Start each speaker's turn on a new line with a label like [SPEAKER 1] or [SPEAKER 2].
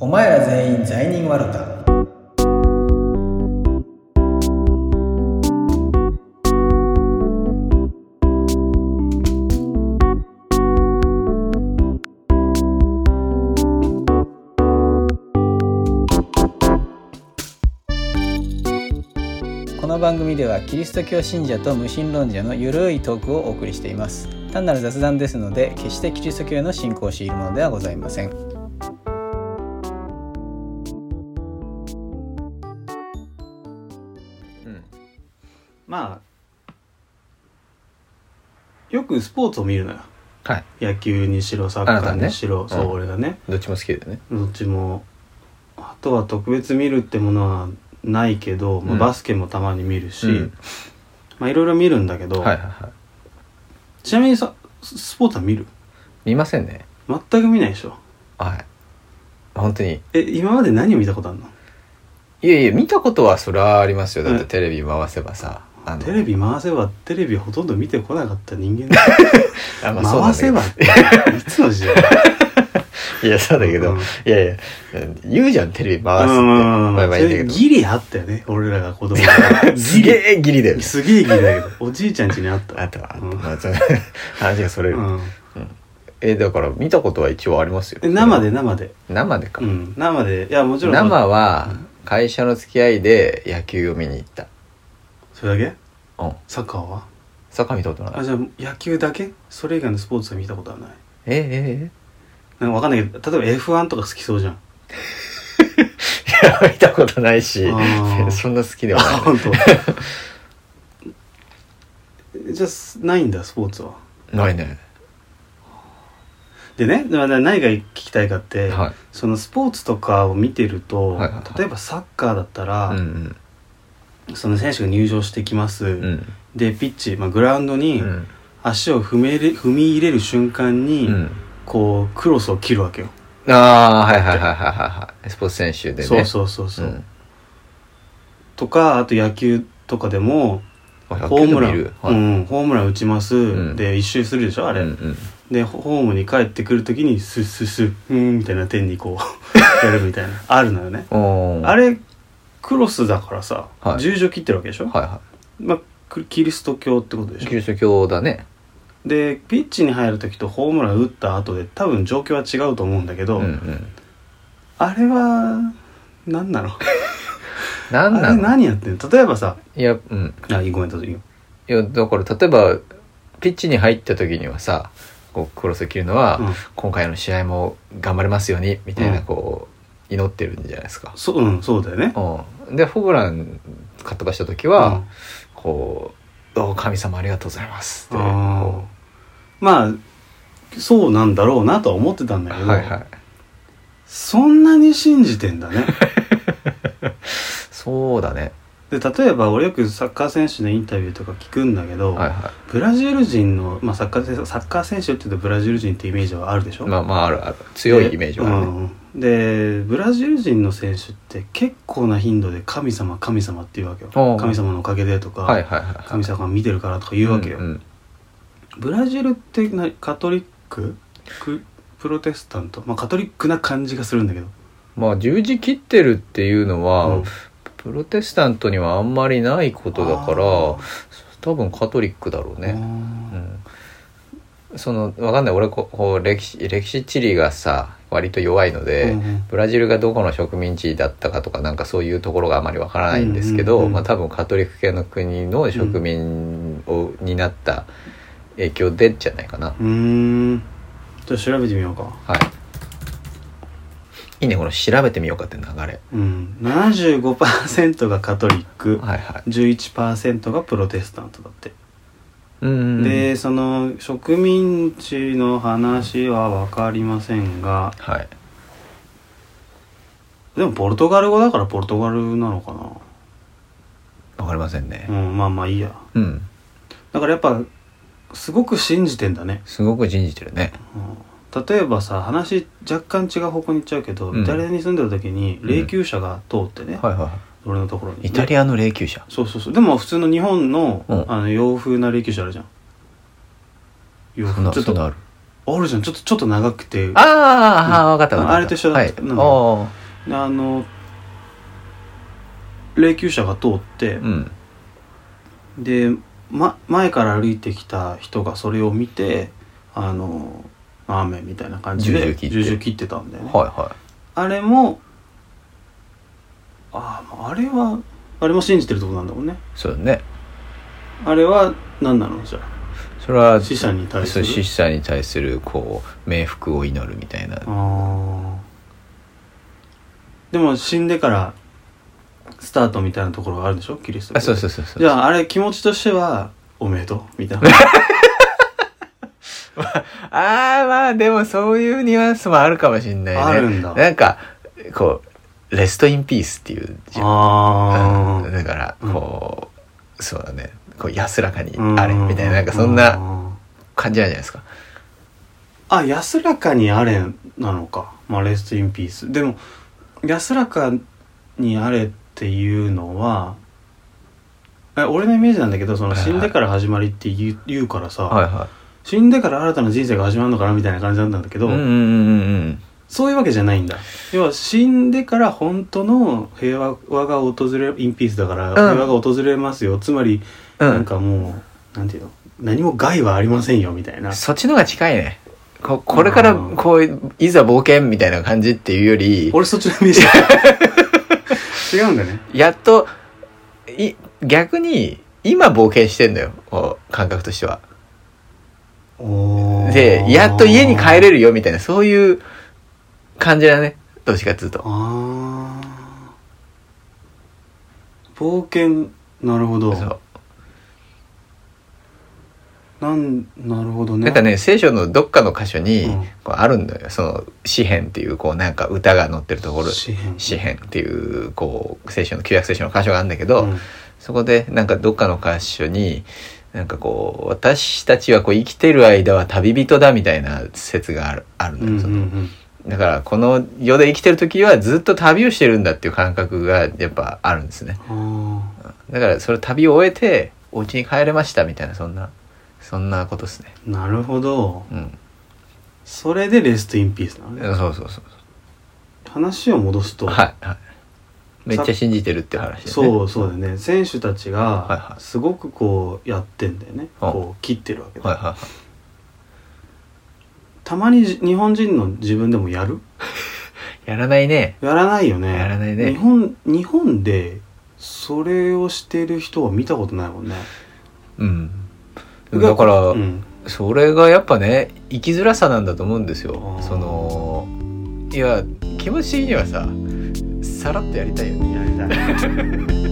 [SPEAKER 1] お前ら全員罪人ワルタこの番組ではキリスト教信者と無神論者のゆるいトークをお送りしています単なる雑談ですので決してキリスト教の信仰を強いるものではございません
[SPEAKER 2] うん、まあよくスポーツを見るのよ
[SPEAKER 3] はい
[SPEAKER 2] 野球にしろサッカ
[SPEAKER 3] あな
[SPEAKER 2] ー
[SPEAKER 3] たね
[SPEAKER 2] にしろ、そ
[SPEAKER 3] う
[SPEAKER 2] う
[SPEAKER 3] ん
[SPEAKER 2] 俺がね
[SPEAKER 3] どっちも好きだよね
[SPEAKER 2] どっちもあとは特別見るってものはないけど、まあ
[SPEAKER 3] うん
[SPEAKER 2] バスケもたまに見るし、
[SPEAKER 3] うん
[SPEAKER 2] まあいろいろ見るんだけど、
[SPEAKER 3] はいはいはい
[SPEAKER 2] ちなみにさススポーツは見る
[SPEAKER 3] 見ませんね
[SPEAKER 2] 全く見ないでしょ
[SPEAKER 3] はい本当に
[SPEAKER 2] え今まで何を見たことあるの
[SPEAKER 3] いやいや見たことはそりゃありますよだっ
[SPEAKER 2] う
[SPEAKER 3] て
[SPEAKER 2] ん
[SPEAKER 3] テレビ回せばさ、あの
[SPEAKER 2] テレビ回せばテレビほとんど見てこなかった人間だ
[SPEAKER 3] あ、まあ、そうなんだけど
[SPEAKER 2] 回せばっていつの時代
[SPEAKER 3] いやそうだけど、
[SPEAKER 2] うん
[SPEAKER 3] いやいや言うじゃんテレビ回すって、
[SPEAKER 2] うん
[SPEAKER 3] まあまあいいんだけど
[SPEAKER 2] ギリあったよね俺らが子供 が
[SPEAKER 3] すげえギリだよね
[SPEAKER 2] すげえギリだけどおじいちゃん家にあった
[SPEAKER 3] あとは、
[SPEAKER 2] うん
[SPEAKER 3] まあ、その 話がそれる、
[SPEAKER 2] うん
[SPEAKER 3] えだから見たことは一応ありますよ
[SPEAKER 2] え生で生で
[SPEAKER 3] 生でか、
[SPEAKER 2] うん生でいやもちろん
[SPEAKER 3] 生は会社の付き合いで野球を見に行った
[SPEAKER 2] それだけ
[SPEAKER 3] うん
[SPEAKER 2] サッカーは
[SPEAKER 3] サッカー見たことな
[SPEAKER 2] あ
[SPEAKER 3] い
[SPEAKER 2] じゃあ野球だけそれ以外のスポーツは見たことはない
[SPEAKER 3] ええ
[SPEAKER 2] なんかわかんないけど例えば F1 とか好きそうじゃん
[SPEAKER 3] ええいや 見たことないし
[SPEAKER 2] あー
[SPEAKER 3] そんな好きで
[SPEAKER 2] あ
[SPEAKER 3] はない
[SPEAKER 2] 本当。じゃあすないんだスポーツは
[SPEAKER 3] ないね
[SPEAKER 2] でねまあな何が聞きたいかって、
[SPEAKER 3] はい
[SPEAKER 2] そのスポーツとかを見てると、
[SPEAKER 3] はいはいはい
[SPEAKER 2] 例えばサッカーだったら、
[SPEAKER 3] うん
[SPEAKER 2] その選手が入場してきます、
[SPEAKER 3] うんうん
[SPEAKER 2] でピッチ、まあ、グラウンドに
[SPEAKER 3] うん
[SPEAKER 2] 足を踏み入れ踏み入れる瞬間に、
[SPEAKER 3] うん
[SPEAKER 2] こうクロスを切るわけよ、
[SPEAKER 3] ああはいはいはいはいはいはいスポーツ選手でね
[SPEAKER 2] そうそうそうそう、
[SPEAKER 3] ん
[SPEAKER 2] とかあと野球とかでも
[SPEAKER 3] あ野
[SPEAKER 2] ホー
[SPEAKER 3] 球で
[SPEAKER 2] ムラ
[SPEAKER 3] 見
[SPEAKER 2] ン、
[SPEAKER 3] るはい
[SPEAKER 2] うん、ホームラン打ちます、
[SPEAKER 3] ん
[SPEAKER 2] で一周するでしょあれ、
[SPEAKER 3] うんうん
[SPEAKER 2] でホホームに帰ってくるときにスッスッスッうーんみたいな点にこ うやるみたいなあるのよね
[SPEAKER 3] おー
[SPEAKER 2] あれクロスだからさ、
[SPEAKER 3] はい
[SPEAKER 2] 十字を切ってるわけでしょ、
[SPEAKER 3] はいは
[SPEAKER 2] まあクキリスト教ってことでし
[SPEAKER 3] い
[SPEAKER 2] ょ
[SPEAKER 3] キリスト教だね
[SPEAKER 2] でピッチに入る時とホームラン打った後で多分状況は違うと思うんだけ
[SPEAKER 3] う
[SPEAKER 2] ど、
[SPEAKER 3] んうん
[SPEAKER 2] あれは何なの
[SPEAKER 3] なん
[SPEAKER 2] あ
[SPEAKER 3] な
[SPEAKER 2] れ
[SPEAKER 3] の
[SPEAKER 2] 何やってんの例えばさ
[SPEAKER 3] いやうん
[SPEAKER 2] あごめんどうぞいいよ
[SPEAKER 3] いやだから例えばピッチに入った時にはさこうクロスを切るのは、
[SPEAKER 2] うん
[SPEAKER 3] 今回の試合も頑張れますようにみたいな
[SPEAKER 2] うん
[SPEAKER 3] こう、祈ってるんじゃないですか、
[SPEAKER 2] そ,、うん、そうだよね
[SPEAKER 3] うん、でホブランかっ飛ばした時は、こう「お神様ありがとうございます」って
[SPEAKER 2] うんあー
[SPEAKER 3] こ
[SPEAKER 2] まあそうなんだろうなとは思ってたん
[SPEAKER 3] う
[SPEAKER 2] だけど、
[SPEAKER 3] はいはい
[SPEAKER 2] そんなに信じてんだね
[SPEAKER 3] そうだね
[SPEAKER 2] で例えば俺よくサッカー選手のインタビューとか聞くんだけど、
[SPEAKER 3] はいはい
[SPEAKER 2] ブラジル人の、まあ、サッカー選手サッカー選手って言うとブラジル人ってイメージはあるでしょ、
[SPEAKER 3] まあまああるある強いイメージはあるね、
[SPEAKER 2] うんでブラジル人の選手って結構な頻度で神様神様って言うわけ
[SPEAKER 3] お
[SPEAKER 2] よ
[SPEAKER 3] う
[SPEAKER 2] 神様のおかげでとか、
[SPEAKER 3] はいはいはい
[SPEAKER 2] 神様が見てるからとか言うわけよ、
[SPEAKER 3] うんうん
[SPEAKER 2] ブラジルってなカトリックくプロテスタント、まあ、カトリックな感じがするんだけど
[SPEAKER 3] まあ十字切ってるっていうのは、
[SPEAKER 2] うん
[SPEAKER 3] プロテスタントにはあんまりないことだから
[SPEAKER 2] あ
[SPEAKER 3] 多分カトリックだろう
[SPEAKER 2] ー
[SPEAKER 3] ね、うん、そのわかんない俺ここう歴史歴史地理がさ割と弱いので、
[SPEAKER 2] うんうん
[SPEAKER 3] ブラジルがどこの植民地だったかとかなんかそういうところがあまりわからないんですけど、
[SPEAKER 2] うんうんうん
[SPEAKER 3] まあ、多分カトリック系の国の植民を、になった影響でじゃないかな、
[SPEAKER 2] うーんちょっと調べてみようか
[SPEAKER 3] はいいいねこの「調べてみようか」って流れはい
[SPEAKER 2] うん75%がカトリック
[SPEAKER 3] はい
[SPEAKER 2] 11%がプロテスタントだって、
[SPEAKER 3] うんうんうん
[SPEAKER 2] でその植民地の話は分かりませんが
[SPEAKER 3] はい
[SPEAKER 2] でもポルトガル語だからポルトガルなのか
[SPEAKER 3] わかりませんね
[SPEAKER 2] なうんまあまあいいや
[SPEAKER 3] うん、
[SPEAKER 2] だからやっぱすごく信じてんだね、
[SPEAKER 3] すごく信じてるね
[SPEAKER 2] うん、例えばさ話若干違う方向に行っちゃうけど、
[SPEAKER 3] うん
[SPEAKER 2] イタリアに住んでる時に
[SPEAKER 3] うん
[SPEAKER 2] 霊柩車が通ってね、
[SPEAKER 3] はいは
[SPEAKER 2] 俺のところに
[SPEAKER 3] いイタリアの霊柩車
[SPEAKER 2] そうそうそうでも普通の日本の,、
[SPEAKER 3] うん
[SPEAKER 2] あの洋風な霊柩車あるじゃん洋
[SPEAKER 3] そんな
[SPEAKER 2] 風ち
[SPEAKER 3] そ
[SPEAKER 2] ょっ
[SPEAKER 3] んな
[SPEAKER 2] と
[SPEAKER 3] ある
[SPEAKER 2] あるじゃんちょっとちょっと長くて
[SPEAKER 3] ああ、ああ分かった分かった
[SPEAKER 2] あれと一緒だ
[SPEAKER 3] はい
[SPEAKER 2] うん
[SPEAKER 3] おー
[SPEAKER 2] あの霊柩車が通って
[SPEAKER 3] う、ん
[SPEAKER 2] で、ま、前から歩いてきた人がそれを見てあの雨みたいな感じ
[SPEAKER 3] 十
[SPEAKER 2] で
[SPEAKER 3] 字切って
[SPEAKER 2] 十字切ってたんだよね、
[SPEAKER 3] はいは
[SPEAKER 2] あれもあああれはあれも信じてるとこなんだもんね
[SPEAKER 3] いそうだね
[SPEAKER 2] あれは何なのじゃあ
[SPEAKER 3] それは
[SPEAKER 2] 死者に対す
[SPEAKER 3] そう
[SPEAKER 2] る
[SPEAKER 3] 死者に対するこう冥福を祈るみたいな
[SPEAKER 2] あーでも死んでからスタートみたいなところがあるでしょキリスト教
[SPEAKER 3] あそうそうそうそう
[SPEAKER 2] じゃああれ気持ちとしてはおめでとうみたいな
[SPEAKER 3] ああまあでもそういうニュアンスもあるかもしれないね
[SPEAKER 2] あるんだ
[SPEAKER 3] なんかこうレストインピースっていう字
[SPEAKER 2] あ
[SPEAKER 3] うん
[SPEAKER 2] ー
[SPEAKER 3] だからこう、そうだねこう安らかに
[SPEAKER 2] うん
[SPEAKER 3] あれみたいななんかそんな
[SPEAKER 2] うん
[SPEAKER 3] 感じなんじゃないですか
[SPEAKER 2] あ安らかにあれなのかまあレストインピースでも安らかにあれっていうのはえ俺のイメージなんだけどその
[SPEAKER 3] はいはい
[SPEAKER 2] 死んでから始まりって言う言うからさ、
[SPEAKER 3] はいは
[SPEAKER 2] 死んでから新たな人生が始まるのかなみたいな感じなんだけ
[SPEAKER 3] い
[SPEAKER 2] ど、
[SPEAKER 3] うんうんうんうん
[SPEAKER 2] そういうわけじゃないんだ要は死んでから本当の平和が訪れインピースだから平和が訪れますよ、つまり
[SPEAKER 3] うん
[SPEAKER 2] なんかもうなんていうの何も害はありませんよみた いな
[SPEAKER 3] そっちのが近いねここれから
[SPEAKER 2] うん
[SPEAKER 3] こういざ冒険みたいな感じっていうより
[SPEAKER 2] 俺そっちのイメージ 違うんだね
[SPEAKER 3] やっとい逆に今冒険してんのよこう感覚としてはでやっと家に帰
[SPEAKER 2] る
[SPEAKER 3] れるよみたいなそういう感じだねどっちかっつうと
[SPEAKER 2] あー冒険なるほど
[SPEAKER 3] そう
[SPEAKER 2] なんなるほどね
[SPEAKER 3] なんかね聖書のどっかの箇所に
[SPEAKER 2] うん
[SPEAKER 3] こうあるんだよその詩篇っていうこうなんか歌が載ってるところ
[SPEAKER 2] 詩篇
[SPEAKER 3] 詩篇っていうこう聖書の旧約聖書の箇所があるんだけど、
[SPEAKER 2] うん
[SPEAKER 3] そこでなんかどっかの箇所になんかこう私たちはこう生きてる間は旅人だみたいな説があるある
[SPEAKER 2] うんん
[SPEAKER 3] だ
[SPEAKER 2] う
[SPEAKER 3] よ、
[SPEAKER 2] ん
[SPEAKER 3] その
[SPEAKER 2] うん
[SPEAKER 3] だからこの世で生きてる時はずっと旅をしてるんだっていう感覚がやっぱあるんですね
[SPEAKER 2] あ
[SPEAKER 3] だからそれ旅を終えてお家に帰れましたみたいなそんなそんなことですね
[SPEAKER 2] ーなるほど
[SPEAKER 3] うん
[SPEAKER 2] それでレストインピースなの
[SPEAKER 3] そう
[SPEAKER 2] ね
[SPEAKER 3] そうそうそう
[SPEAKER 2] 話を戻すと、
[SPEAKER 3] はいはいめっちゃ信じてるっていう話ですね
[SPEAKER 2] そうそうだよね選手たち
[SPEAKER 3] はいは
[SPEAKER 2] が
[SPEAKER 3] い
[SPEAKER 2] すごくこうやってんだよね、
[SPEAKER 3] うん
[SPEAKER 2] こう切ってるわけで、
[SPEAKER 3] はいはいはい
[SPEAKER 2] たまにじ日本人の自分でもやる
[SPEAKER 3] やらないね
[SPEAKER 2] やらないよね
[SPEAKER 3] やらないね
[SPEAKER 2] 日本日本でそれをしてる人は見たことないもんね
[SPEAKER 3] うんだから、
[SPEAKER 2] うん
[SPEAKER 3] それがやっぱね生きづらさなんだと思うんですよ
[SPEAKER 2] あー
[SPEAKER 3] そのいや気持ち的にはささらっとやりたいよね
[SPEAKER 2] やりたい